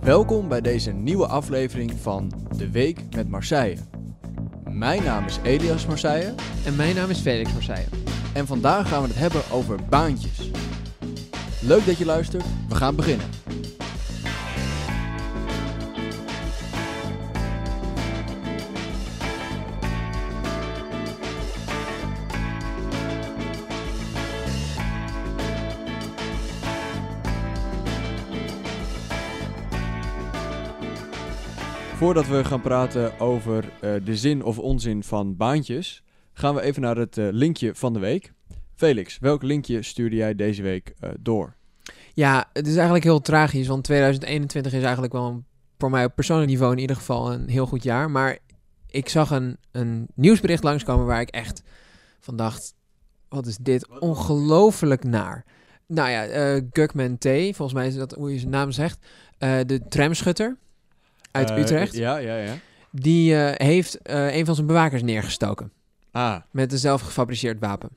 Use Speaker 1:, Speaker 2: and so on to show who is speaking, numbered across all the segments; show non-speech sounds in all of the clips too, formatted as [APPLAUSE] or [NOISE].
Speaker 1: Welkom bij deze nieuwe aflevering van De Week met Marseille. Mijn naam is Elias Marseille
Speaker 2: En mijn naam is Felix Marseille.
Speaker 1: en vandaag gaan we het hebben over baantjes. Leuk dat je luistert, we gaan beginnen. Voordat we gaan praten over eh, de zin of onzin van baantjes, gaan we even naar het eh, linkje van de week. Felix, welk linkje stuurde jij deze week eh, door?
Speaker 2: Ja, het is eigenlijk heel tragisch, want 2021 is eigenlijk wel een- voor mij op persoonlijk niveau in ieder geval een heel goed jaar. Maar ik zag een, een nieuwsbericht langskomen waar ik echt van dacht, wat is dit ongelooflijk naar. Nou ja, eh Gugman T, volgens mij is dat hoe je zijn naam zegt, eh, de tramschutter uit
Speaker 1: Eh,
Speaker 2: Utrecht,
Speaker 1: Ja, ja, ja.
Speaker 2: die eh, heeft eh, een van zijn bewakers neergestoken.
Speaker 1: Ah,
Speaker 2: Met een zelfgefabriceerd wapen.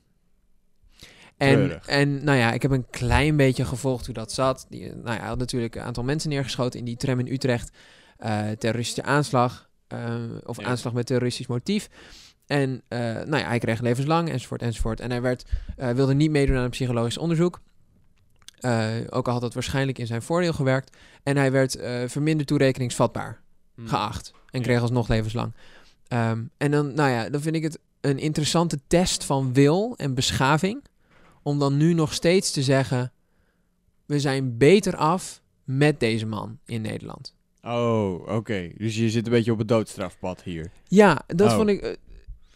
Speaker 2: En,
Speaker 1: Treurig.
Speaker 2: en nou ja, ik heb een klein beetje gevolgd hoe dat zat. Die, eh, nou ja, had natuurlijk een aantal mensen neergeschoten in die tram in Utrecht. Eh, terroristische aanslag. eh, of
Speaker 1: Ja.
Speaker 2: aanslag met terroristisch motief. En eh, nou ja, hij kreeg levenslang enzovoort enzovoort. En hij werd, eh, wilde niet meedoen aan een psychologisch onderzoek. Eh, ook al had dat waarschijnlijk in zijn voordeel gewerkt. En hij werd eh, verminderd toerekeningsvatbaar geacht. En
Speaker 1: Hm. Ja.
Speaker 2: kreeg alsnog levenslang. Ehm, en dan, nou ja, dan vind ik het een interessante test van wil en beschaving. Om dan nu nog steeds te zeggen: we zijn beter af met deze man in Nederland.
Speaker 1: Oh, oké. Dus je zit een beetje op het doodstrafpad hier.
Speaker 2: Ja, dat,
Speaker 1: Oh.
Speaker 2: vond, ik, eh,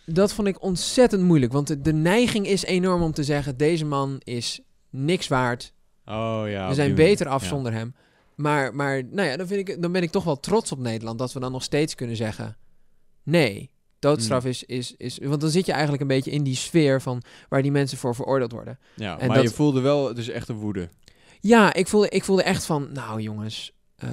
Speaker 2: dat vond ik ontzettend moeilijk. Want de, de neiging is enorm om te zeggen: deze man is niks waard.
Speaker 1: Oh ja.
Speaker 2: we zijn beter af zonder hem. Maar, maar nou ja, dan, vind ik, het- dan ben ik toch wel trots op Nederland dat we dan nog steeds kunnen zeggen: nee, doodstraf
Speaker 1: Hmm.
Speaker 2: is, is, is. Want dan zit je eigenlijk een beetje in die sfeer van waar die mensen voor veroordeeld worden.
Speaker 1: Ja,
Speaker 2: En
Speaker 1: maar
Speaker 2: dat-
Speaker 1: je voelde wel dus echt een woede.
Speaker 2: Ja, ik voelde, ik voelde echt van: nou jongens. eh,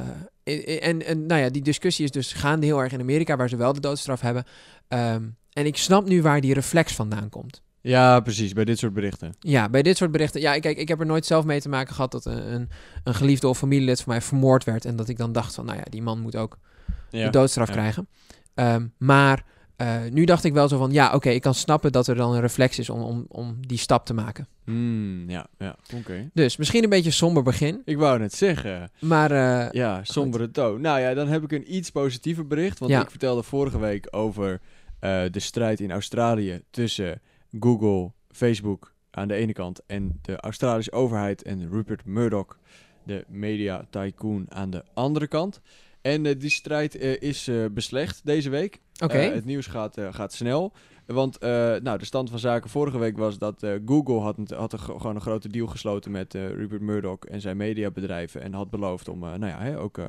Speaker 2: i- i- en, en nou ja, die discussie is dus gaande heel erg in Amerika, waar ze wel de doodstraf hebben. Ehm, en ik snap nu waar die reflex vandaan komt.
Speaker 1: Ja, precies. Bij dit soort berichten.
Speaker 2: Ja, bij dit soort berichten. Ja, kijk, ik heb er nooit zelf mee te maken gehad dat een, een, een geliefde of familielid van mij vermoord werd. En dat ik dan dacht van, nou ja, die man moet ook
Speaker 1: Ja.
Speaker 2: de doodstraf
Speaker 1: ja.
Speaker 2: krijgen. Ehm, maar eh, nu dacht ik wel zo van, ja, oké, ik kan snappen dat er dan een reflex is om, om, om die stap te maken.
Speaker 1: Hmm, ja, ja. Oké.
Speaker 2: Dus misschien een beetje een somber begin,
Speaker 1: Ik wou net zeggen.
Speaker 2: maar eh,
Speaker 1: Ja, sombere toon. Nou ja, dan heb ik een iets positiever bericht. Want
Speaker 2: Ja.
Speaker 1: ik vertelde vorige week over eh, de strijd in Australië tussen Google, Facebook aan de ene kant en de Australische overheid en Rupert Murdoch, de media tycoon aan de andere kant. En eh, die strijd eh, is eh, beslecht deze week.
Speaker 2: oké.
Speaker 1: Eh, het nieuws gaat, eh, gaat snel. Want eh, nou, de stand van zaken vorige week was dat eh, Google had, een- had een, gro- gewoon een grote deal gesloten met eh, Rupert Murdoch en zijn mediabedrijven. En had beloofd om eh, nou ja, hè, ook eh,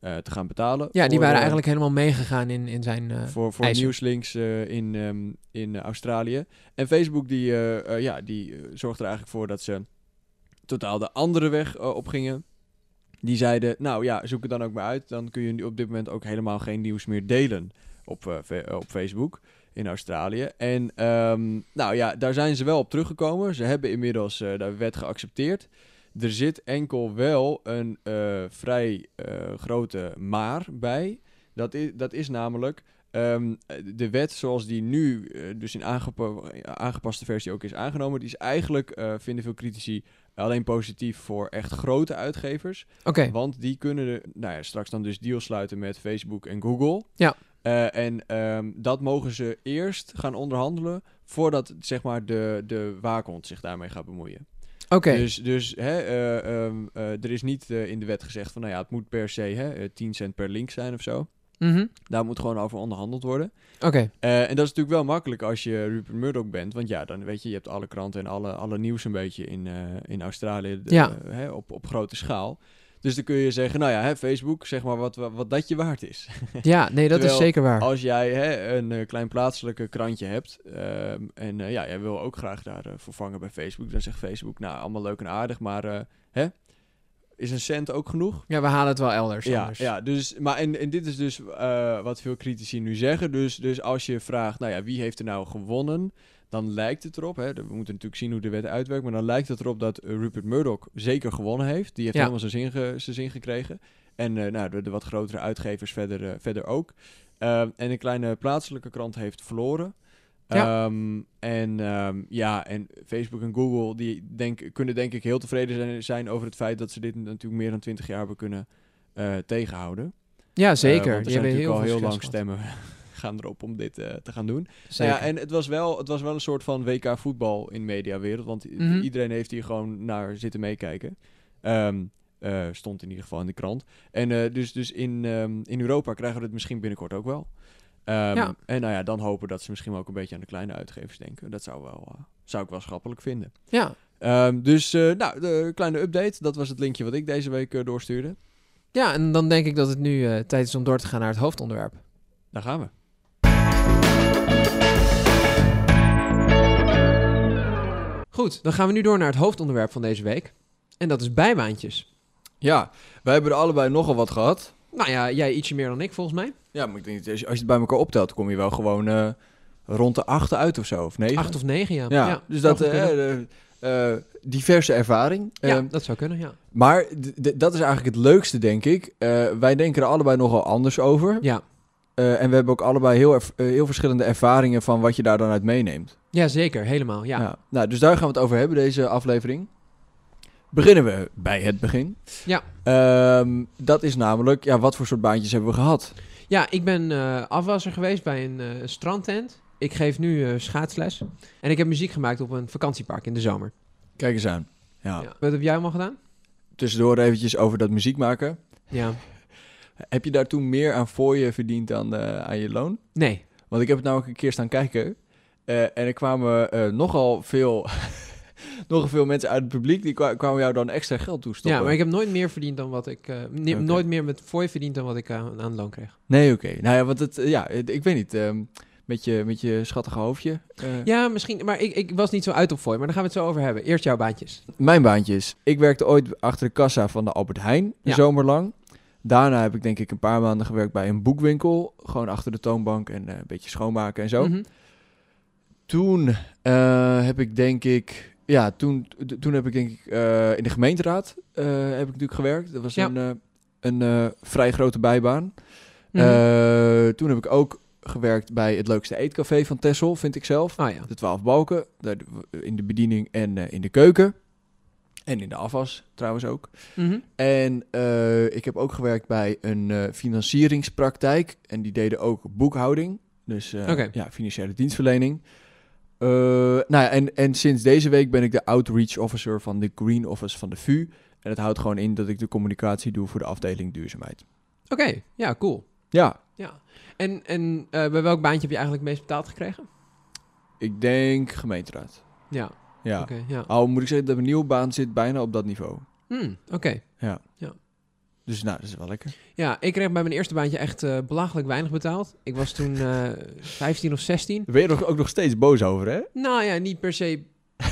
Speaker 1: eh, te gaan betalen.
Speaker 2: ja, die
Speaker 1: voor,
Speaker 2: waren
Speaker 1: eh,
Speaker 2: eigenlijk helemaal meegegaan in, in zijn... eh,
Speaker 1: voor, voor
Speaker 2: eisen.
Speaker 1: nieuwslinks eh, in, ehm, in eh, Australië. En Facebook die, eh, eh, ja, die eh, zorgt er eigenlijk voor dat ze totaal de andere weg eh, opgingen. Die zeiden, nou ja, zoek het dan ook maar uit. Dan kun je nu op dit moment ook helemaal geen nieuws meer delen op, eh, fe- eh, op Facebook in Australië. En ehm, nou ja, daar zijn ze wel op teruggekomen. Ze hebben inmiddels eh de wet geaccepteerd. Er zit enkel wel een eh, vrij eh, grote maar bij. Dat is, dat is namelijk ehm, de wet zoals die nu, eh, dus in aangepa- aangepaste versie ook is aangenomen, die is eigenlijk, eh, vinden veel critici, alleen positief voor echt grote uitgevers.
Speaker 2: Oké,
Speaker 1: Want die kunnen er, nou ja, straks dan dus deals sluiten met Facebook en Google.
Speaker 2: Ja.
Speaker 1: Eh, en ehm, dat mogen ze eerst gaan onderhandelen voordat zeg maar, de, de waakhond zich daarmee gaat bemoeien.
Speaker 2: oké.
Speaker 1: Dus, dus hè, eh, ehm, eh, er is niet eh, in de wet gezegd van nou ja, het moet per se hè, eh, 10 cent per link zijn of zo.
Speaker 2: Mhm,
Speaker 1: Daar moet gewoon over onderhandeld worden.
Speaker 2: Oké,
Speaker 1: Eh, en dat is natuurlijk wel makkelijk als je Rupert Murdoch bent. Want ja, dan weet je, je hebt alle kranten en alle, alle nieuws een beetje in, eh, in Australië de-
Speaker 2: Ja.
Speaker 1: eh, hè, op, op grote schaal. Dus dan kun je zeggen, nou ja, hè, Facebook, zeg maar wat, wat, wat dat je waard is.
Speaker 2: ja, nee, dat
Speaker 1: Terwijl- Oh.
Speaker 2: is zeker waar.
Speaker 1: Als jij hè, een eh, klein plaatselijke krantje hebt ehm, en eh, ja, jij wil ook graag daar eh, vervangen bij Facebook, dan zegt Facebook, nou, allemaal leuk en aardig, maar eh, hè, is een cent ook genoeg?
Speaker 2: Ja, we halen het wel elders
Speaker 1: Ja,
Speaker 2: anders.
Speaker 1: ja dus, maar en, en dit is dus eh, wat veel critici nu zeggen. Dus, dus als je vraagt, nou ja, wie heeft er nou gewonnen? Dan lijkt het erop, hè, we moeten natuurlijk zien hoe de wet uitwerkt, maar dan lijkt het erop dat eh, Rupert Murdoch zeker gewonnen heeft. Die heeft
Speaker 2: Ja.
Speaker 1: helemaal zijn zin, ge- zijn zin gekregen.
Speaker 3: En eh, nou, de, de wat grotere uitgevers verder, eh, verder ook.
Speaker 1: Eh,
Speaker 3: Ehm, en een kleine plaatselijke krant heeft verloren.
Speaker 2: Ja.
Speaker 3: Ehm, en ehm, ja, en Facebook en Google die denk, kunnen denk ik heel tevreden zijn, zijn over het feit dat ze dit natuurlijk meer dan 20 jaar hebben kunnen eh, tegenhouden.
Speaker 2: Ja,
Speaker 3: Eh,
Speaker 2: zeker.
Speaker 3: want er
Speaker 2: Die
Speaker 3: zijn natuurlijk
Speaker 2: hebben heel
Speaker 3: al
Speaker 2: veel
Speaker 3: heel lang
Speaker 2: succes gehad.
Speaker 3: stemmen [LAUGHS] gaan erop om dit eh, te gaan doen. Nou
Speaker 2: Zeker.
Speaker 3: ja, en het was, wel, het was wel een soort van WK voetbal in mediawereld. Want i-
Speaker 2: Mhm.
Speaker 3: iedereen heeft hier gewoon naar zitten meekijken. Ehm, eh, stond in ieder geval in de krant. En eh, dus, dus in, ehm, in Europa krijgen we het misschien binnenkort ook wel. Ehm,
Speaker 2: Ja.
Speaker 3: En nou ja, dan hopen dat ze misschien wel ook een beetje aan de kleine uitgevers denken. Dat zou, wel, eh, zou ik wel schappelijk vinden.
Speaker 2: ja.
Speaker 3: Ehm, dus eh, nou, de kleine update. Dat was het linkje wat ik deze week eh, doorstuurde.
Speaker 2: ja, en dan denk ik dat het nu eh, tijd is om door te gaan naar het hoofdonderwerp.
Speaker 3: Daar gaan we.
Speaker 2: Goed, dan gaan we nu door naar het hoofdonderwerp van deze week. En dat is bijbaantjes.
Speaker 1: Ja, wij hebben er allebei nogal wat gehad.
Speaker 2: Nou ja, jij ietsje meer dan ik volgens mij.
Speaker 1: Ja, maar ik denk, dat als je, als je het bij elkaar optelt, kom je wel gewoon eh, rond de acht uit of zo, of negen.
Speaker 2: Acht of negen, ja.
Speaker 1: ja, dus dat,
Speaker 2: zou goed kunnen.
Speaker 1: eh, eh, eh, diverse ervaring.
Speaker 2: ja,
Speaker 1: Ehm,
Speaker 2: dat zou kunnen, ja.
Speaker 1: maar d- d- dat is eigenlijk het leukste, denk ik. Eh, wij denken er allebei nogal anders over.
Speaker 2: Ja,
Speaker 1: Eh, en we hebben ook allebei heel, erv- eh, heel verschillende ervaringen van wat je daar dan uit meeneemt.
Speaker 2: ja zeker, helemaal, ja.
Speaker 1: Nou, dus daar gaan we het over hebben, deze aflevering. Beginnen we bij het begin.
Speaker 2: Ja.
Speaker 1: Ehm, dat is namelijk, ja, wat voor soort baantjes hebben we gehad?
Speaker 2: Ja, ik ben eh, afwasser geweest bij een eh, strandtent. Ik geef nu eh, schaatsles. En ik heb muziek gemaakt op een vakantiepark in de zomer.
Speaker 1: Kijk eens aan. Ja.
Speaker 2: Ja. Wat heb jij allemaal gedaan?
Speaker 1: Tussendoor eventjes over dat muziek maken.
Speaker 2: Ja.
Speaker 1: Heb je daar toen meer aan voor je verdiend dan eh, aan je loon?
Speaker 2: Nee.
Speaker 1: Want ik heb het namelijk een keer staan kijken. eh, en er kwamen eh, nogal, veel, [LAUGHS] nogal veel mensen uit het publiek... die kwa- kwamen jou dan extra geld toestoppen.
Speaker 2: Ja, maar ik heb nooit meer verdiend dan wat ik... eh, ni-
Speaker 1: Oké.
Speaker 2: Nooit meer met fooi verdiend dan wat ik eh, aan aan loon kreeg.
Speaker 1: Nee, oké. Nou ja, want het, eh, ja, het- ik weet niet. ehm, met, je, met je schattige hoofdje. eh,
Speaker 2: Ja, misschien. Maar ik, ik was niet zo uit op fooi, maar daar gaan we het zo over hebben. Eerst jouw baantjes.
Speaker 1: Mijn baantjes. Ik werkte ooit achter de kassa van de Albert Heijn, een
Speaker 2: Ja.
Speaker 1: zomerlang. Daarna heb ik denk ik een paar maanden gewerkt bij een boekwinkel. Gewoon achter de toonbank en eh, een beetje schoonmaken en zo.
Speaker 2: Mhm.
Speaker 1: Toen eh, heb ik denk ik... Ja, toen, t- toen heb ik denk ik eh, in de gemeenteraad eh, heb ik natuurlijk gewerkt. Dat was
Speaker 2: Ja.
Speaker 1: een, eh, een eh, vrij grote bijbaan.
Speaker 2: Mhm.
Speaker 1: Eh, toen heb ik ook gewerkt bij het leukste eetcafé van Tessel, vind ik zelf.
Speaker 2: Ah ja.
Speaker 1: De twaalf balken, daar- in de bediening en eh, in de keuken. En in de afwas trouwens ook.
Speaker 2: Mhm.
Speaker 1: En eh, ik heb ook gewerkt bij een eh, financieringspraktijk. En die deden ook boekhouding. Dus eh,
Speaker 2: Oké.
Speaker 1: ja, financiële dienstverlening. Eh, nou ja, en, en sinds deze week ben ik de outreach officer van de Green Office van de VU. En dat houdt gewoon in dat ik de communicatie doe voor de afdeling duurzaamheid.
Speaker 2: Oké, ja, cool.
Speaker 1: Ja,
Speaker 2: Ja. En, en eh, bij welk baantje heb je eigenlijk het meest betaald gekregen?
Speaker 1: ik denk gemeenteraad.
Speaker 2: Ja,
Speaker 1: Ja.
Speaker 2: oké. ja.
Speaker 1: Al moet ik zeggen dat mijn nieuwe baan zit bijna op dat niveau.
Speaker 2: Hmm, oké.
Speaker 1: Dus nou, dat is wel lekker.
Speaker 2: Ja, ik kreeg bij mijn eerste baantje echt eh, belachelijk weinig betaald. Ik was toen eh 15 of 16.
Speaker 1: Daar ben je er ook nog steeds boos over, hè?
Speaker 2: Nou ja, niet per se.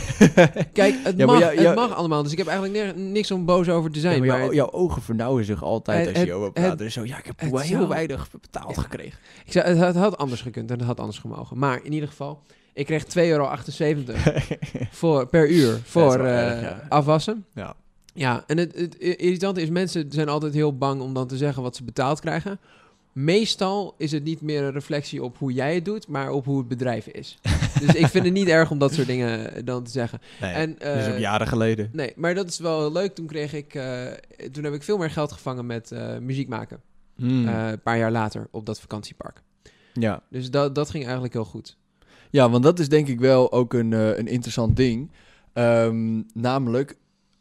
Speaker 1: [LAUGHS]
Speaker 2: Kijk, het,
Speaker 1: Ja, maar
Speaker 2: mag,
Speaker 1: jou- jou-
Speaker 2: het mag allemaal. Dus ik heb eigenlijk ne- niks om boos over te zijn.
Speaker 1: Ja, maar
Speaker 2: maar
Speaker 1: jouw, jouw ogen vernauwen zich altijd
Speaker 2: Het-
Speaker 1: als
Speaker 2: het-
Speaker 1: je over
Speaker 2: het-
Speaker 1: praat. Dus zo, ja, ik heb
Speaker 2: het
Speaker 1: wel heel
Speaker 2: zou-
Speaker 1: weinig betaald
Speaker 2: Ja.
Speaker 1: gekregen.
Speaker 2: Ik zei, het, het had anders gekund en het had anders gemogen. Maar in ieder geval, ik kreeg 2,78 euro voor, per uur
Speaker 1: Dat is
Speaker 2: voor
Speaker 1: wel
Speaker 2: eh,
Speaker 1: erg, ja.
Speaker 2: afwassen.
Speaker 1: Ja.
Speaker 2: Ja, en het, het irritante is, mensen zijn altijd heel bang om dan te zeggen wat ze betaald krijgen. Meestal is het niet meer een reflectie op hoe jij het doet, maar op hoe het bedrijf
Speaker 1: [LAUGHS]
Speaker 2: is. dus ik vind het niet erg om dat soort dingen eh, dan te zeggen.
Speaker 1: [LAUGHS] Nee, dus
Speaker 2: en,
Speaker 1: dat is
Speaker 2: eh,
Speaker 1: ook jaren geleden.
Speaker 2: Nee, maar dat is wel heel leuk. Toen kreeg ik, eh, toen heb ik veel meer geld gevangen met eh, muziek maken.
Speaker 1: Hmm.
Speaker 2: Eh, een paar jaar later op dat vakantiepark.
Speaker 1: ja.
Speaker 2: Dus dat, dat ging eigenlijk heel goed.
Speaker 1: ja, want dat is denk ik wel ook een, eh, een interessant ding. Ehm, namelijk,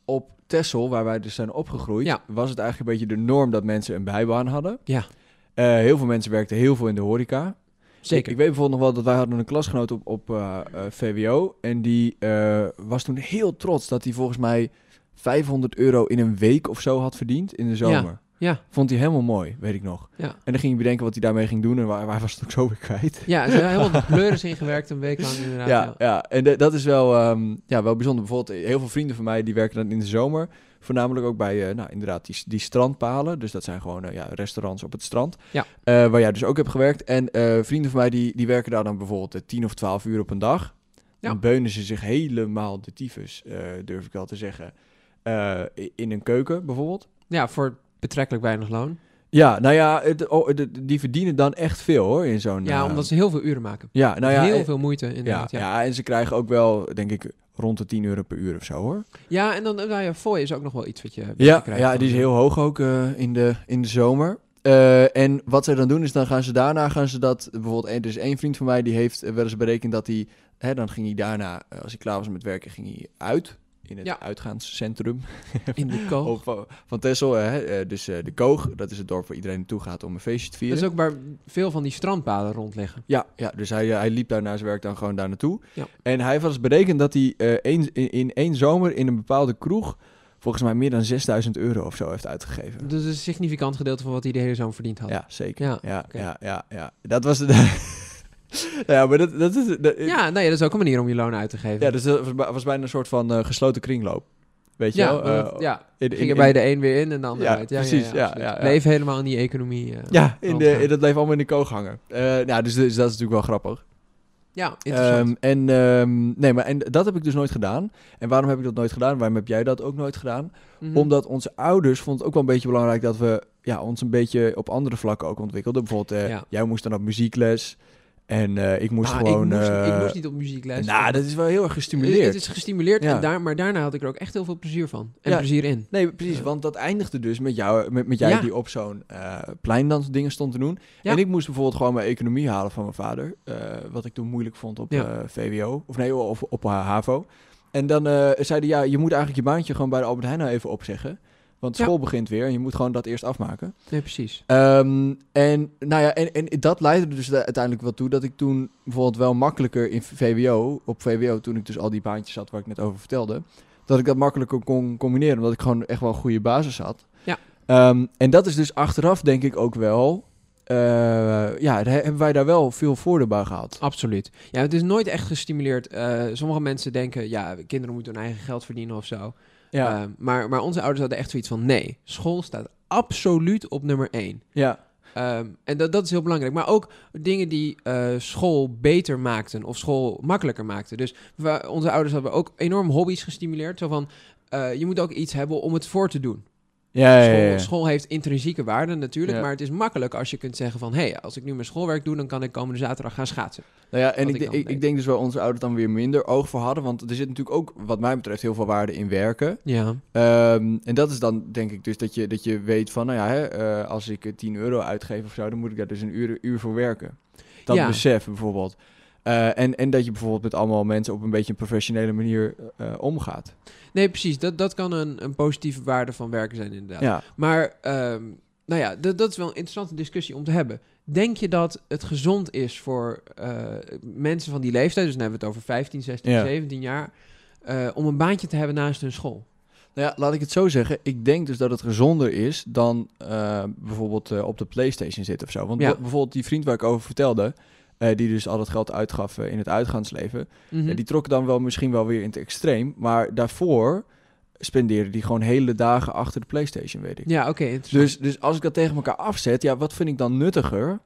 Speaker 1: op Texel, waar wij dus zijn opgegroeid...
Speaker 2: Ja.
Speaker 1: was het eigenlijk een beetje de norm dat mensen een bijbaan hadden.
Speaker 2: Ja.
Speaker 1: Eh, heel veel mensen werkten heel veel in de horeca.
Speaker 2: Zeker.
Speaker 1: Ik, ik weet bijvoorbeeld nog wel dat wij hadden een klasgenoot op, op eh, eh, VWO. En die eh, was toen heel trots dat hij volgens mij 500 euro in een week of zo had verdiend in de zomer.
Speaker 2: ja.
Speaker 1: Vond hij helemaal mooi, weet ik nog.
Speaker 2: Ja.
Speaker 1: En dan ging hij bedenken wat hij daarmee ging doen en waar, waar was het ook zo weer kwijt.
Speaker 2: Ja, ze hebben
Speaker 1: [LAUGHS]
Speaker 2: helemaal de pleuris ingewerkt een week lang inderdaad.
Speaker 1: Ja, ja. en de- dat is wel, ehm, ja, wel bijzonder. Bijvoorbeeld, eh, heel veel vrienden van mij die werken dan in de zomer. Voornamelijk ook bij, eh, nou inderdaad, die, die strandpalen. Dus dat zijn gewoon eh, ja, restaurants op het strand.
Speaker 2: Ja.
Speaker 1: Eh, waar jij dus ook hebt gewerkt. En eh, vrienden van mij die, die werken daar dan bijvoorbeeld eh, 10 of 12 uur op een dag.
Speaker 2: Ja.
Speaker 1: Dan beunen ze zich helemaal de tyfus, eh, durf ik wel te zeggen. Eh, i- in een keuken bijvoorbeeld.
Speaker 2: Ja, voor betrekkelijk weinig loon.
Speaker 1: Ja, nou ja, het- oh, de- die verdienen dan echt veel hoor in zo'n...
Speaker 2: Ja,
Speaker 1: eh,
Speaker 2: omdat ze heel veel uren maken.
Speaker 1: Ja, nou ja,
Speaker 2: heel
Speaker 1: eh,
Speaker 2: veel moeite
Speaker 1: ja,
Speaker 2: inderdaad.
Speaker 1: ja.
Speaker 2: Ja, ja.
Speaker 1: en ze krijgen ook wel, denk ik, rond de 10 euro per uur of zo hoor.
Speaker 2: en dan nou ja, fooi is ook nog wel iets wat je wat je
Speaker 1: Ja,
Speaker 2: krijgt
Speaker 1: ja
Speaker 2: van-
Speaker 1: die is heel hoog ook eh, in, de, in de zomer. Eh, en wat zij dan doen is, dan gaan ze daarna, gaan ze dat, bijvoorbeeld, er is één vriend van mij, die heeft eh, wel eens berekend dat hij, hè, dan ging hij daarna, eh, als hij klaar was met werken, ging hij uit, in het
Speaker 2: Ja. Oh.
Speaker 1: uitgaanscentrum
Speaker 2: in de koop.
Speaker 1: op, eh, [LAUGHS] van Tessel, hè, eh, dus eh, de Koog, dat is het dorp waar iedereen naartoe gaat om een feestje te vieren.
Speaker 2: Dat is ook waar veel van die strandpaden rond liggen.
Speaker 1: Ja, ja dus hij, eh, hij liep daar naar zijn werk dan gewoon daar naartoe.
Speaker 2: Ja.
Speaker 1: En hij heeft wel eens berekend dat hij eh, één, in, in één zomer in een bepaalde kroeg... volgens mij meer dan 6000 euro of zo heeft uitgegeven.
Speaker 2: Dat Dus is een significant gedeelte van wat hij de hele zomer verdiend had.
Speaker 1: Ja, zeker. Ja,
Speaker 2: Ja,
Speaker 1: ja,
Speaker 2: oké.
Speaker 1: ja, ja, Dat was de... [LAUGHS] ja, maar dat, dat is... Dat,
Speaker 2: Ja, nou ja, dat is ook een manier om je loon uit te geven.
Speaker 1: eh, ja, dus dat was, bij- was bijna een soort van eh, gesloten kringloop. Weet je
Speaker 2: ja,
Speaker 1: wel?
Speaker 2: want-
Speaker 1: Eh,
Speaker 2: ja.
Speaker 1: in- in-
Speaker 2: Ging er
Speaker 1: in-
Speaker 2: bij de een weer in en de ander
Speaker 1: Ja,
Speaker 2: uit.
Speaker 1: precies, ja,
Speaker 2: absoluut.
Speaker 1: ja, ja.
Speaker 2: Leef helemaal in die economie. eh,
Speaker 1: Ja, in de,
Speaker 2: rondgaan.
Speaker 1: in- dat bleef allemaal in de koog hangen. Eh, nou, dus, dus dat is natuurlijk wel grappig.
Speaker 2: ja,
Speaker 1: Ehm,
Speaker 2: interessant.
Speaker 1: en, ehm, nee, maar, en dat heb ik dus nooit gedaan. En waarom heb ik dat nooit gedaan? Waarom heb jij dat ook nooit gedaan?
Speaker 2: Mhm.
Speaker 1: ehm, Omdat onze ouders vonden het ook wel een beetje belangrijk dat we ja, ons een beetje op andere vlakken ook ontwikkelden. Bijvoorbeeld, eh,
Speaker 2: Ja.
Speaker 1: jij moest dan op muziekles en eh, ik moest
Speaker 2: Ah,
Speaker 1: gewoon...
Speaker 2: ik, moest,
Speaker 1: eh,
Speaker 2: ik moest niet op muziek luisteren.
Speaker 1: nou, dat is wel heel erg
Speaker 2: Eh, Het-
Speaker 1: gestimuleerd.
Speaker 2: Het is gestimuleerd,
Speaker 1: Ja.
Speaker 2: en daar, maar daarna had ik er ook echt heel veel plezier van. En
Speaker 1: Ja.
Speaker 2: plezier in.
Speaker 1: Nee, precies, want dat eindigde dus met, jou, met, met jij
Speaker 2: Ja.
Speaker 1: die op zo'n eh pleindans dingen stond te doen.
Speaker 2: Ja.
Speaker 1: En ik moest bijvoorbeeld gewoon mijn economie halen van mijn vader, eh, wat ik toen moeilijk vond op
Speaker 2: Ja.
Speaker 1: eh, VWO, of nee, of op eh, HAVO. En dan eh zei hij, ja, je moet eigenlijk je baantje gewoon bij de Albert Heijn nou even opzeggen. Want
Speaker 2: Ja.
Speaker 1: school begint weer en je moet gewoon dat eerst afmaken.
Speaker 2: Nee, precies.
Speaker 1: Ehm, en, nou ja, en, en dat leidde er dus da- uiteindelijk wel toe dat ik toen bijvoorbeeld wel makkelijker in VWO, op VWO, toen ik dus al die baantjes had waar ik net over vertelde, dat ik dat makkelijker kon combineren, omdat ik gewoon echt wel een goede basis had.
Speaker 2: Ja.
Speaker 1: Ehm, en dat is dus achteraf denk ik ook wel, eh, ja, he- hebben wij daar wel veel voordeel bij gehad.
Speaker 2: Absoluut. Ja, het is nooit echt gestimuleerd. Eh, sommige mensen denken, ja, kinderen moeten hun eigen geld verdienen of zo.
Speaker 1: Ja,
Speaker 2: Eh, maar, maar onze ouders hadden echt zoiets van, nee, school staat absoluut op nummer één.
Speaker 1: ja,
Speaker 2: Ehm, en dat, dat is heel belangrijk. Maar ook dingen die eh, school beter maakten of school makkelijker maakten. Dus we- onze ouders hadden ook enorm hobby's gestimuleerd. Zo van, eh, je moet ook iets hebben om het voor te doen.
Speaker 1: ja, ja,
Speaker 2: school,
Speaker 1: Eh, ja, ja.
Speaker 2: school heeft intrinsieke waarde natuurlijk,
Speaker 1: Ja.
Speaker 2: maar het is makkelijk als je kunt zeggen van... hé, hey, als ik nu mijn schoolwerk doe, dan kan ik komende zaterdag gaan schaatsen.
Speaker 1: Nou ja, en
Speaker 2: Wat
Speaker 1: ik,
Speaker 2: ik
Speaker 1: denk-
Speaker 2: dan
Speaker 1: ik, ik
Speaker 2: deed.
Speaker 1: denk dus wel onze ouders dan weer minder oog voor hadden, want er zit natuurlijk ook, wat mij betreft, heel veel waarde in werken.
Speaker 2: Ja,
Speaker 1: Ehm, en dat is dan denk ik dus dat je, dat je weet van, nou ja, hè, eh, als ik eh, 10 euro uitgeef of zo, dan moet ik daar dus een uur, uur voor werken. Dat
Speaker 2: Ja.
Speaker 1: besef bijvoorbeeld. Eh, en, en dat je bijvoorbeeld met allemaal mensen op een beetje een professionele manier eh, omgaat.
Speaker 2: nee precies, dat, dat kan een, een positieve waarde van werken zijn inderdaad.
Speaker 1: Ja.
Speaker 2: Maar, ehm, nou ja, dat, dat is wel een interessante discussie om te hebben. Denk je dat het gezond is voor eh, mensen van die leeftijd... dus dan hebben we het over 15, 16,
Speaker 1: Ja.
Speaker 2: 17 jaar... eh, om een baantje te hebben naast hun school?
Speaker 1: Nou ja, laat ik het zo zeggen. Ik denk dus dat het gezonder is dan eh, bijvoorbeeld eh, op de PlayStation zitten of zo. Want
Speaker 2: Ja.
Speaker 1: b- bijvoorbeeld die vriend waar ik over vertelde, eh, die dus al dat geld uitgaf eh, in het uitgaansleven.
Speaker 2: Mhm.
Speaker 1: Ja, die trok dan wel misschien wel weer in het extreem. Maar daarvoor spendeerde die gewoon hele dagen achter de PlayStation, weet ik.
Speaker 2: Ja, oké, interessant.
Speaker 1: Dus, dus als ik dat tegen elkaar afzet, ja, wat vind ik dan nuttiger?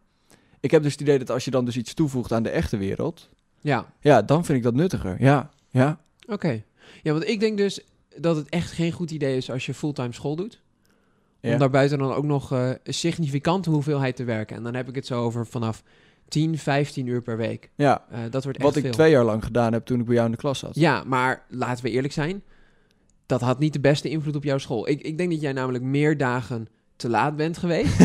Speaker 1: Ik heb dus het idee dat als je dan dus iets toevoegt aan de echte wereld,
Speaker 2: Ja,
Speaker 1: ja, dan vind ik dat nuttiger. Ja, ja.
Speaker 2: oké. Ja, want ik denk dus dat het echt geen goed idee is als je fulltime school doet...
Speaker 1: ja.
Speaker 2: Om daarbuiten dan ook nog eh, een significante hoeveelheid te werken. En dan heb ik het zo over vanaf 10, 15 uur per week.
Speaker 1: ja.
Speaker 2: Eh, dat wordt echt
Speaker 1: Wat ik
Speaker 2: veel.
Speaker 1: twee jaar lang gedaan heb toen ik bij jou in de klas zat.
Speaker 2: Ja, maar laten we eerlijk zijn. Dat had niet de beste invloed op jouw school. Ik, ik denk dat jij namelijk meer dagen te laat bent
Speaker 1: [LAUGHS]
Speaker 2: geweest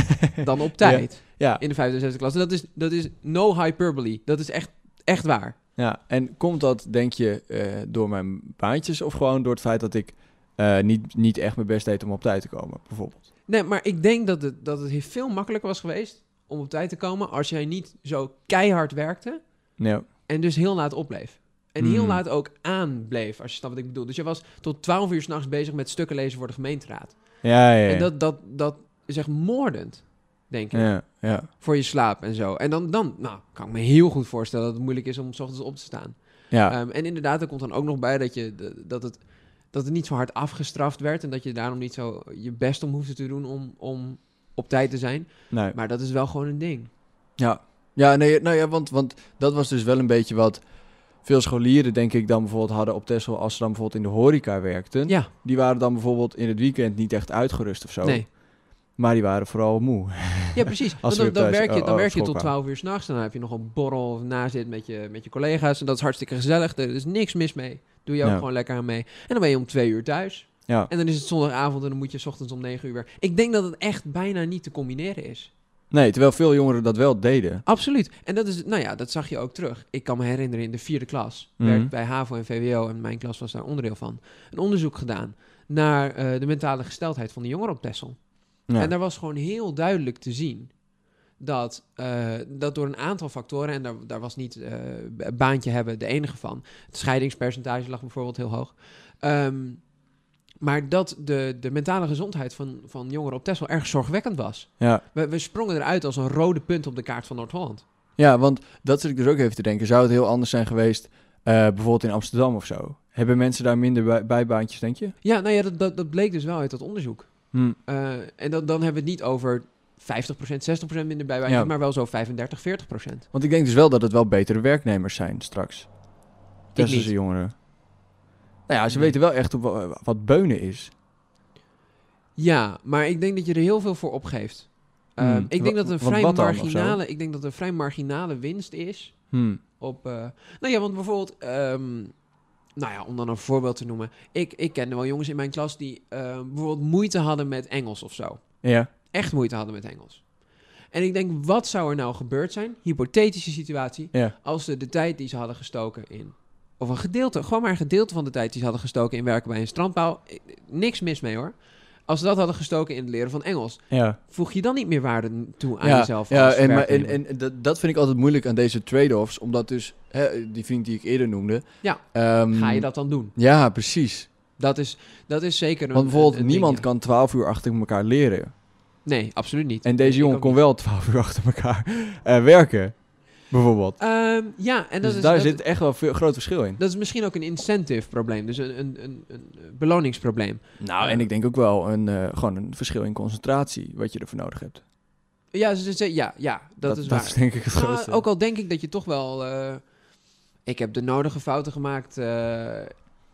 Speaker 2: dan op tijd.
Speaker 1: Ja,
Speaker 2: In de vijfde en zesde klas. En Dat is, dat is no hyperbole. Dat is echt, echt waar.
Speaker 1: ja. En komt dat, denk je, eh, door mijn baantjes of gewoon door het feit dat ik eh, niet, niet echt mijn best deed om op tijd te komen, bijvoorbeeld?
Speaker 2: Nee, maar ik denk dat het, dat het heel veel makkelijker was geweest om op tijd te komen als jij niet zo keihard werkte.
Speaker 1: Nee.
Speaker 2: En dus heel laat opbleef. En heel
Speaker 1: Hmm.
Speaker 2: laat ook aanbleef, als je snapt wat ik bedoel. Dus je was tot 12 uur s'nachts bezig met stukken lezen voor de gemeenteraad.
Speaker 1: Ja, ja, ja.
Speaker 2: En dat, dat, dat is echt moordend, denk ik.
Speaker 1: ja, ja.
Speaker 2: Voor je slaap en zo. En dan, dan nou, kan ik me heel goed voorstellen dat het moeilijk is om s ochtends op te staan.
Speaker 1: Ja,
Speaker 2: Ehm, en inderdaad, er komt dan ook nog bij dat, je, de- dat, het, dat het niet zo hard afgestraft werd. En dat je daarom niet zo je best om hoefde te doen om, om op tijd te zijn.
Speaker 1: nee.
Speaker 2: Maar dat is wel gewoon een ding.
Speaker 1: Ja, ja, nee, nou ja want, want dat was dus wel een beetje wat veel scholieren, denk ik, dan bijvoorbeeld hadden op Tesla als ze dan bijvoorbeeld in de horeca werkten.
Speaker 2: Ja,
Speaker 1: Die waren dan bijvoorbeeld in het weekend niet echt uitgerust of zo.
Speaker 2: nee.
Speaker 1: Maar die waren vooral moe.
Speaker 2: Ja, precies. Want
Speaker 1: [LAUGHS] Als
Speaker 2: dan,
Speaker 1: we
Speaker 2: dan
Speaker 1: thuis-
Speaker 2: werk je,
Speaker 1: oh,
Speaker 2: dan
Speaker 1: oh,
Speaker 2: werk je tot
Speaker 1: schokwaar.
Speaker 2: 12 uur s'nachts. Dan heb je nog een borrel of nazit met je, met je collega's. En dat is hartstikke gezellig. Er is niks mis mee. Doe je ook
Speaker 1: Ja.
Speaker 2: gewoon lekker aan mee. En dan ben je om twee uur thuis.
Speaker 1: Ja.
Speaker 2: En dan is het zondagavond en dan moet je 's ochtends om negen uur weer. Ik denk dat het echt bijna niet te combineren is.
Speaker 1: Nee, terwijl veel jongeren dat wel deden.
Speaker 2: Absoluut. En dat is, nou ja, dat zag je ook terug. Ik kan me herinneren in de vierde klas,
Speaker 1: Mhm.
Speaker 2: werd bij HAVO en VWO, en mijn klas was daar onderdeel van, een onderzoek gedaan naar eh, de mentale gesteldheid van de jongeren op Tessel.
Speaker 1: Ja.
Speaker 2: En daar was gewoon heel duidelijk te zien dat, eh, dat door een aantal factoren, en daar, daar was niet eh, b- baantje hebben de enige van, het scheidingspercentage lag bijvoorbeeld heel hoog. Ehm, maar dat de, de mentale gezondheid van, van jongeren op Tessel erg zorgwekkend was.
Speaker 1: Ja.
Speaker 2: We, we sprongen eruit als een rode punt op de kaart van Noord-Holland.
Speaker 1: Ja, want dat zit ik dus ook even te denken. Zou het heel anders zijn geweest, eh, bijvoorbeeld in Amsterdam of zo? Hebben mensen daar minder bij- bijbaantjes, denk je?
Speaker 2: Ja, nou ja, dat, dat, dat bleek dus wel uit dat onderzoek.
Speaker 1: Hm.
Speaker 2: Eh, en dan, dan hebben we het niet over 50%, 60% minder bijbaantjes,
Speaker 1: Ja.
Speaker 2: maar wel zo 35, 40%.
Speaker 1: Want ik denk dus wel dat het wel betere werknemers zijn straks. Tesselse
Speaker 2: niet.
Speaker 1: jongeren. Nou ja, ze
Speaker 2: Nee.
Speaker 1: weten wel echt op wa- wat beunen is.
Speaker 2: Ja, maar ik denk dat je er heel veel voor opgeeft. Ehm,
Speaker 1: Hmm.
Speaker 2: Ik
Speaker 1: Wa-
Speaker 2: denk dat een
Speaker 1: want
Speaker 2: vrij
Speaker 1: wat dan, of zo?
Speaker 2: marginale, ik denk dat een vrij marginale winst is
Speaker 1: Hm.
Speaker 2: op. eh, nou ja, want bijvoorbeeld, ehm, nou ja, om dan een voorbeeld te noemen, ik, ik kende wel jongens in mijn klas die eh, bijvoorbeeld moeite hadden met Engels of zo.
Speaker 1: Ja.
Speaker 2: echt moeite hadden met Engels. En ik denk, wat zou er nou gebeurd zijn, hypothetische situatie,
Speaker 1: Ja.
Speaker 2: als ze de tijd die ze hadden gestoken in. Of een gedeelte, gewoon maar een gedeelte van de tijd die ze hadden gestoken in werken bij een strandbouw. eh, Niks mis mee hoor. Als ze dat hadden gestoken in het leren van Engels,
Speaker 1: Ja.
Speaker 2: voeg je dan niet meer waarde toe aan
Speaker 1: ja,
Speaker 2: jezelf.
Speaker 1: ja,
Speaker 2: als
Speaker 1: en, maar- en,
Speaker 2: werknemer?
Speaker 1: en dat, dat vind ik altijd moeilijk aan deze trade-offs. Omdat dus, hè, die vriend die ik eerder noemde.
Speaker 2: Ja.
Speaker 1: ehm,
Speaker 2: Ga je dat dan doen?
Speaker 1: Ja, precies.
Speaker 2: Dat is, dat is zeker een.
Speaker 1: Want bijvoorbeeld,
Speaker 2: een- een
Speaker 1: niemand
Speaker 2: ding,
Speaker 1: kan 12 uur achter elkaar leren.
Speaker 2: ja. Nee, absoluut niet.
Speaker 1: En deze
Speaker 2: Ik
Speaker 1: jongen
Speaker 2: ook
Speaker 1: kon wel 12 uur achter elkaar eh, werken, bijvoorbeeld.
Speaker 2: Ehm, ja, en dat
Speaker 1: dus
Speaker 2: is.
Speaker 1: daar
Speaker 2: dat-
Speaker 1: zit echt wel veel groot verschil in.
Speaker 2: Dat is misschien ook een incentive probleem, dus een, een, een, een beloningsprobleem.
Speaker 1: Nou, en ik denk ook wel een, eh, gewoon een verschil in concentratie wat je ervoor nodig hebt.
Speaker 2: Ja, ze, ze- ja, ja dat, is waar.
Speaker 1: [LAUGHS] denk ik het
Speaker 2: Nou,
Speaker 1: grootste.
Speaker 2: ook al denk ik dat je toch wel. eh, ik heb de nodige fouten gemaakt eh,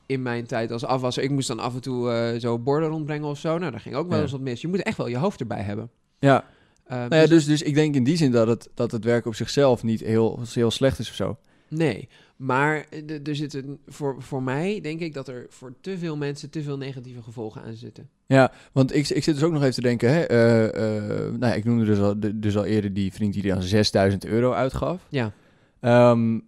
Speaker 2: in mijn tijd als afwasser. Ik moest dan af en toe eh, zo borden rondbrengen of zo. Nou, daar ging ook wel
Speaker 1: Ja.
Speaker 2: eens wat mis. Je moet echt wel je hoofd erbij hebben.
Speaker 1: Ja,
Speaker 2: Eh,
Speaker 1: nou ja
Speaker 2: dus-
Speaker 1: dus, dus ik denk in die zin dat het, dat het werk op zichzelf niet heel, heel slecht is of zo.
Speaker 2: Nee, maar eh, d- er zitten voor, voor mij denk ik dat er voor te veel mensen te veel negatieve gevolgen aan zitten.
Speaker 1: Ja, want ik, ik zit dus ook nog even te denken, hè, eh, eh, nou ja, ik noemde dus al, de- dus al eerder die vriend die dan 6000 euro uitgaf.
Speaker 2: Ja.
Speaker 1: Ehm,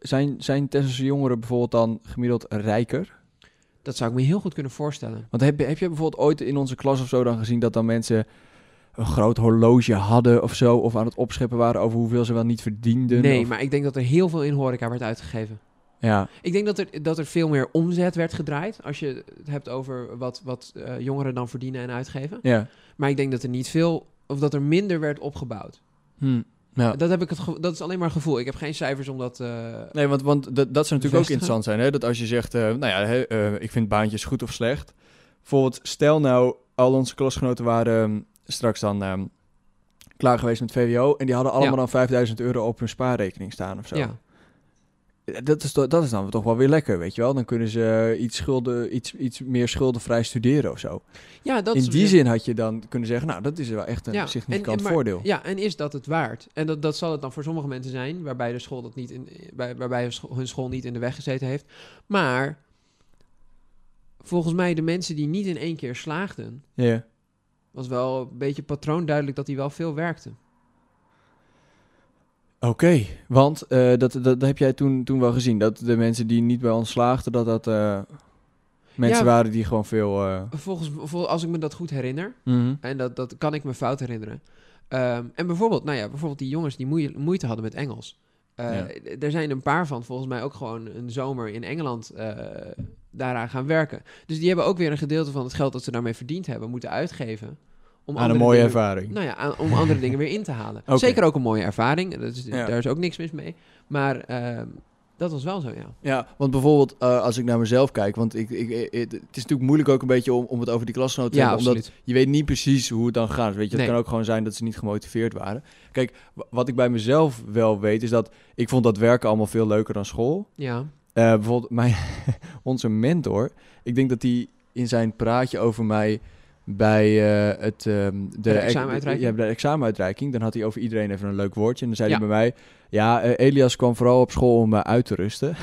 Speaker 1: zijn, zijn Tesselse jongeren bijvoorbeeld dan gemiddeld rijker?
Speaker 2: Dat zou ik me heel goed kunnen voorstellen.
Speaker 1: Want heb, heb je bijvoorbeeld ooit in onze klas of zo dan gezien dat dan mensen een groot horloge hadden of zo, of aan het opscheppen waren over hoeveel ze wel niet verdienden?
Speaker 2: Nee,
Speaker 1: of-
Speaker 2: maar ik denk dat er heel veel in horeca werd uitgegeven.
Speaker 1: Ja,
Speaker 2: Ik denk dat er, dat er veel meer omzet werd gedraaid. Als je het hebt over wat, wat eh, jongeren dan verdienen en uitgeven.
Speaker 1: ja.
Speaker 2: Maar ik denk dat er niet veel. Of dat er minder werd opgebouwd.
Speaker 1: Hm.
Speaker 2: Hmm.
Speaker 1: Ja.
Speaker 2: Dat, heb ik het ge- dat is alleen maar gevoel. Ik heb geen cijfers om dat. eh,
Speaker 1: Nee, want, want dat, dat zou natuurlijk ook
Speaker 2: Bevestigen.
Speaker 1: interessant zijn, hè? dat als je zegt, eh, nou ja, hè, eh, ik vind baantjes goed of slecht. Bijvoorbeeld, stel nou, al onze klasgenoten waren ehm, straks dan ehm, klaar geweest met VWO en die hadden allemaal
Speaker 2: Ja.
Speaker 1: dan 5000 euro op hun spaarrekening staan of zo. Eh,
Speaker 2: ja.
Speaker 1: Dat is, to- dat is dan toch wel weer lekker, weet je wel? Dan kunnen ze eh, iets, schulden, iets, iets meer schuldenvrij studeren of zo.
Speaker 2: ja, dat
Speaker 1: In
Speaker 2: is-
Speaker 1: die zin had je dan kunnen zeggen, nou, dat is wel echt een
Speaker 2: Ja,
Speaker 1: significant
Speaker 2: en- en maar-
Speaker 1: voordeel.
Speaker 2: Ja, en is dat het waard? En dat, dat zal het dan voor sommige mensen zijn. Waarbij, de school dat niet in, bij, waarbij hun school- hun school niet in de weg gezeten heeft. Maar. Volgens mij de mensen die niet in één keer slaagden.
Speaker 1: Ja.
Speaker 2: Was wel een beetje patroon duidelijk dat die wel veel werkten.
Speaker 1: Oké, want eh, dat, dat, dat heb jij toen, toen wel gezien. Dat de mensen die niet bij ons slaagden, dat dat eh, mensen
Speaker 2: Ja.
Speaker 1: waren die gewoon veel... eh,
Speaker 2: Volgens, vol- als ik me dat goed herinner,
Speaker 1: mhm.
Speaker 2: en dat, dat kan ik me fout herinneren. Ehm, en bijvoorbeeld, nou ja, bijvoorbeeld die jongens die moeite, moeite hadden met Engels. Eh,
Speaker 1: Ja.
Speaker 2: d- Er zijn een paar van, volgens mij ook gewoon een zomer in Engeland eh, daaraan gaan werken. Dus die hebben ook weer een gedeelte van het geld dat ze daarmee verdiend hebben moeten uitgeven. Om
Speaker 1: Aan een
Speaker 2: andere
Speaker 1: mooie
Speaker 2: dingen-
Speaker 1: ervaring.
Speaker 2: Nou ja, aan- om andere dingen weer in te halen.
Speaker 1: [LAUGHS] Oké.
Speaker 2: Zeker ook een mooie ervaring, dat is,
Speaker 1: Ja.
Speaker 2: daar is ook niks mis mee. Maar ehm, dat was wel zo, ja.
Speaker 1: Ja, want bijvoorbeeld eh, als ik naar mezelf kijk, want ik, ik, eh, het het is natuurlijk moeilijk ook een beetje om, om het over die klasgenoten te
Speaker 2: Ja,
Speaker 1: hebben, omdat
Speaker 2: absoluut.
Speaker 1: je weet niet precies hoe het dan gaat. Weet je, het
Speaker 2: Nee.
Speaker 1: kan ook gewoon zijn dat ze niet gemotiveerd waren. Kijk, w- wat ik bij mezelf wel weet, is dat ik vond dat werken allemaal veel leuker dan school. [LAUGHS]
Speaker 2: Ja. [LAUGHS]
Speaker 1: Eh, bijvoorbeeld mijn, onze mentor. Ik denk dat hij in zijn praatje over mij bij eh, het, ehm, de,
Speaker 2: de
Speaker 1: ex-
Speaker 2: examenuitreiking?
Speaker 1: Ja, bij de examenuitreiking. Dan had hij over iedereen even een leuk woordje. En dan zei
Speaker 2: Ja.
Speaker 1: hij bij mij... Ja, eh, Elias kwam vooral op school om eh, uit te rusten.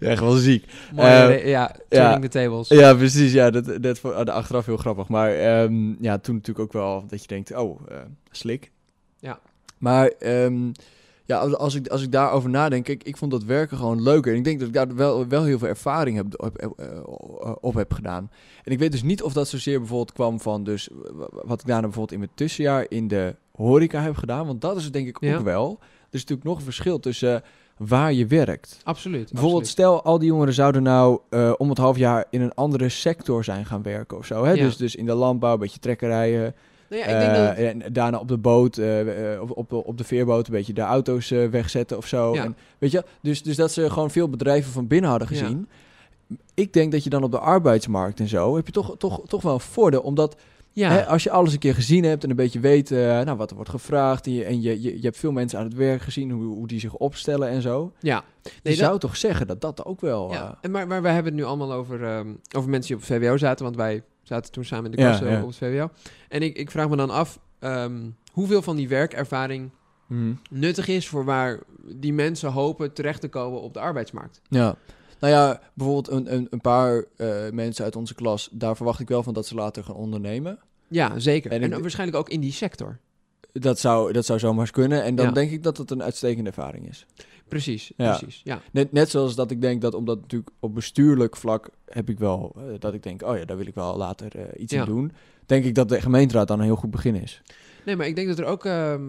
Speaker 1: Echt wel ziek.
Speaker 2: Mooi,
Speaker 1: Eh,
Speaker 2: re- ja, turning
Speaker 1: ja.
Speaker 2: the tables.
Speaker 1: Ja, precies. Ja, dat, dat vo- ah, achteraf heel grappig. Maar ehm, ja, toen natuurlijk ook wel dat je denkt, oh, eh, slik.
Speaker 2: Ja.
Speaker 1: Maar ehm, ja, als, als ik, als ik daarover nadenk, ik, ik vond dat werken gewoon leuker. En ik denk dat ik daar wel, wel heel veel ervaring heb, op, heb- eh, op heb gedaan. En ik weet dus niet of dat zozeer bijvoorbeeld kwam van dus w- wat ik daarna bijvoorbeeld in mijn tussenjaar in de horeca heb gedaan. Want dat is het denk ik
Speaker 2: Ja.
Speaker 1: ook wel. Er is natuurlijk nog een verschil tussen eh, waar je werkt.
Speaker 2: Absoluut.
Speaker 1: Bijvoorbeeld, stel al die jongeren zouden nou eh, om het half jaar in een andere sector zijn gaan werken of zo. Hè?
Speaker 2: Ja.
Speaker 1: Dus, dus in de landbouw, een beetje trekkerijen.
Speaker 2: absoluut. Nou ja, ik denk dat het-
Speaker 1: eh, en daarna op de boot, eh, eh, op, op, op de veerboot, een beetje de auto's eh, wegzetten of zo.
Speaker 2: Ja.
Speaker 1: En, weet je, dus, dus dat ze gewoon veel bedrijven van binnen hadden
Speaker 2: Ja.
Speaker 1: gezien. Ik denk dat je dan op de arbeidsmarkt en zo heb je toch, toch, toch wel een voordeel. Omdat
Speaker 2: ja.
Speaker 1: Hè, als je alles een keer gezien hebt en een beetje weet eh, nou, wat er wordt gevraagd. En, je, en je, je, je hebt veel mensen aan het werk gezien, hoe, hoe die zich opstellen en zo.
Speaker 2: Ja.
Speaker 1: je
Speaker 2: Nee, dat-
Speaker 1: zou toch zeggen dat dat ook wel. eh,
Speaker 2: Ja, en maar, maar wij hebben het nu allemaal over, ehm, over mensen die op het VWO zaten, want wij zaten toen samen in de
Speaker 1: Ja,
Speaker 2: klas eh,
Speaker 1: ja.
Speaker 2: op het VWO. En ik, ik vraag me dan af ehm, hoeveel van die werkervaring
Speaker 1: mhm.
Speaker 2: nuttig is voor waar die mensen hopen terecht te komen op de arbeidsmarkt.
Speaker 1: Ja. Nou ja, bijvoorbeeld een, een, een paar eh, mensen uit onze klas. Daar verwacht ik wel van dat ze later gaan ondernemen.
Speaker 2: Ja, zeker. En,
Speaker 1: En ik-
Speaker 2: dan waarschijnlijk ook in die sector.
Speaker 1: Dat zou, dat zou zomaar eens kunnen. En dan
Speaker 2: Ja.
Speaker 1: denk ik dat dat een uitstekende ervaring is.
Speaker 2: Precies,
Speaker 1: Ja.
Speaker 2: precies. Ja.
Speaker 1: Net, net zoals dat ik denk dat, omdat natuurlijk op bestuurlijk vlak heb ik wel eh, dat ik denk, oh ja, daar wil ik wel later eh, iets
Speaker 2: Ja.
Speaker 1: aan doen. Denk ik dat de gemeenteraad dan een heel goed begin is.
Speaker 2: Nee, maar ik denk dat er ook... ehm,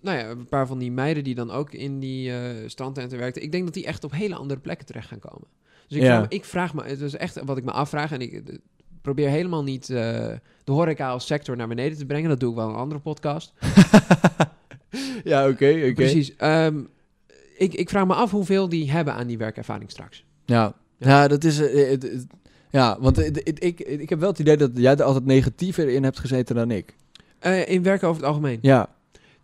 Speaker 2: nou ja, een paar van die meiden die dan ook in die eh strandtenten werkten... ik denk dat die echt op hele andere plekken terecht gaan komen. Dus ik,
Speaker 1: Ja.
Speaker 2: vraag, me, ik vraag me... Het is echt wat ik me afvraag. En ik eh, probeer helemaal niet eh, de horeca als sector naar beneden te brengen. Dat doe ik wel in een andere podcast.
Speaker 1: Ja, oké, oké.
Speaker 2: Precies. ehm, ik, ik vraag me af hoeveel die hebben aan die werkervaring straks.
Speaker 1: Ja,
Speaker 2: Ja.
Speaker 1: ja. dat is. eh, het- het- ja, want het- het- ik, ik heb wel het idee dat jij er altijd negatiever in hebt gezeten dan ik.
Speaker 2: Eh, in werken over het algemeen.
Speaker 1: Ja,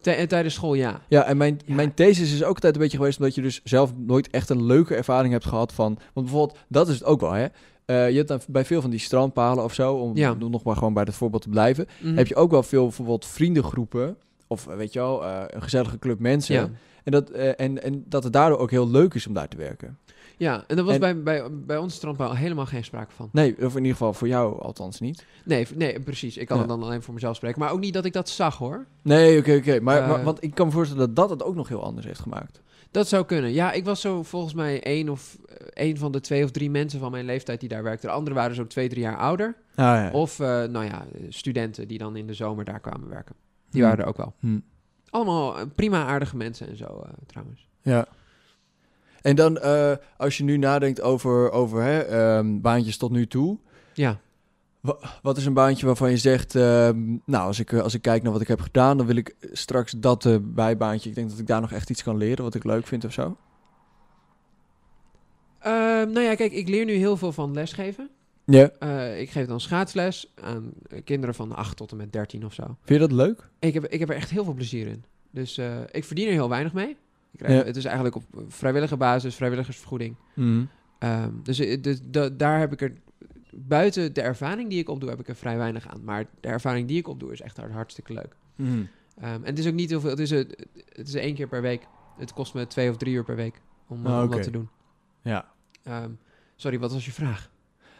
Speaker 2: Tij- eh, tijdens school, ja.
Speaker 1: ja en mijn,
Speaker 2: Ja.
Speaker 1: mijn thesis is ook altijd een beetje geweest omdat je dus zelf nooit echt een leuke ervaring hebt gehad van. Want bijvoorbeeld, dat is het ook wel, hè? Eh, je hebt dan bij veel van die strandpalen of zo, om
Speaker 2: Ja.
Speaker 1: nog maar gewoon bij dat voorbeeld te blijven,
Speaker 2: Mhm.
Speaker 1: heb je ook wel veel bijvoorbeeld vriendengroepen. Of eh, weet je wel, eh, een gezellige club mensen.
Speaker 2: ja.
Speaker 1: En, dat, eh, en, en dat het daardoor ook heel leuk is om daar te werken.
Speaker 2: ja, en dat was
Speaker 1: En-
Speaker 2: bij, bij, bij ons strandpaal helemaal geen sprake van.
Speaker 1: Nee, of in ieder geval voor jou althans niet.
Speaker 2: Nee, v- nee, precies. Ik kan
Speaker 1: Ja.
Speaker 2: het dan alleen voor mezelf spreken. Maar ook niet dat ik dat zag hoor.
Speaker 1: Nee, oké, oké. Maar,
Speaker 2: Eh,
Speaker 1: maar- want ik kan me voorstellen dat dat het ook nog heel anders heeft gemaakt.
Speaker 2: Dat zou kunnen. Ja, ik was zo volgens mij één of eh, één van de twee of drie mensen van mijn leeftijd die daar werkten. De anderen waren zo twee, drie jaar ouder.
Speaker 1: ja.
Speaker 2: Of, eh, nou ja, eh, studenten die dan in de zomer daar kwamen werken. Die
Speaker 1: Hmm.
Speaker 2: waren er ook wel.
Speaker 1: Hmm.
Speaker 2: Allemaal eh, prima aardige mensen en zo eh, trouwens.
Speaker 1: ja. En dan, eh, als je nu nadenkt over, over hè, ehm, baantjes tot nu toe.
Speaker 2: Ja,
Speaker 1: Wat is een baantje waarvan je zegt, ehm, nou, als ik, eh, als ik kijk naar wat ik heb gedaan, dan wil ik straks dat eh, bijbaantje. Ik denk dat ik daar nog echt iets kan leren, wat ik leuk vind of zo.
Speaker 2: Ehm, nou ja, kijk, ik leer nu heel veel van lesgeven.
Speaker 1: Ja.
Speaker 2: Eh, ik geef dan schaatsles aan eh, kinderen van 8 tot en met 13 of zo.
Speaker 1: Vind je dat leuk?
Speaker 2: Ik heb, ik heb er echt heel veel plezier in. Dus eh, ik verdien er heel weinig mee. Ik krijg,
Speaker 1: Ja.
Speaker 2: Het is eigenlijk op vrijwillige basis, vrijwilligersvergoeding. Ehm, dus eh, dus da- daar heb ik er... Buiten de ervaring die ik opdoe, heb ik er vrij weinig aan. Maar de ervaring die ik opdoe is echt hart- hartstikke leuk.
Speaker 1: Mhm.
Speaker 2: Ehm, en het is ook niet heel veel. Het is, eh, het is één keer per week. Het kost me twee of drie uur per week om, eh,
Speaker 1: Ah,
Speaker 2: om
Speaker 1: oké.
Speaker 2: dat te doen.
Speaker 1: Ja.
Speaker 2: Ehm, sorry, wat was je vraag?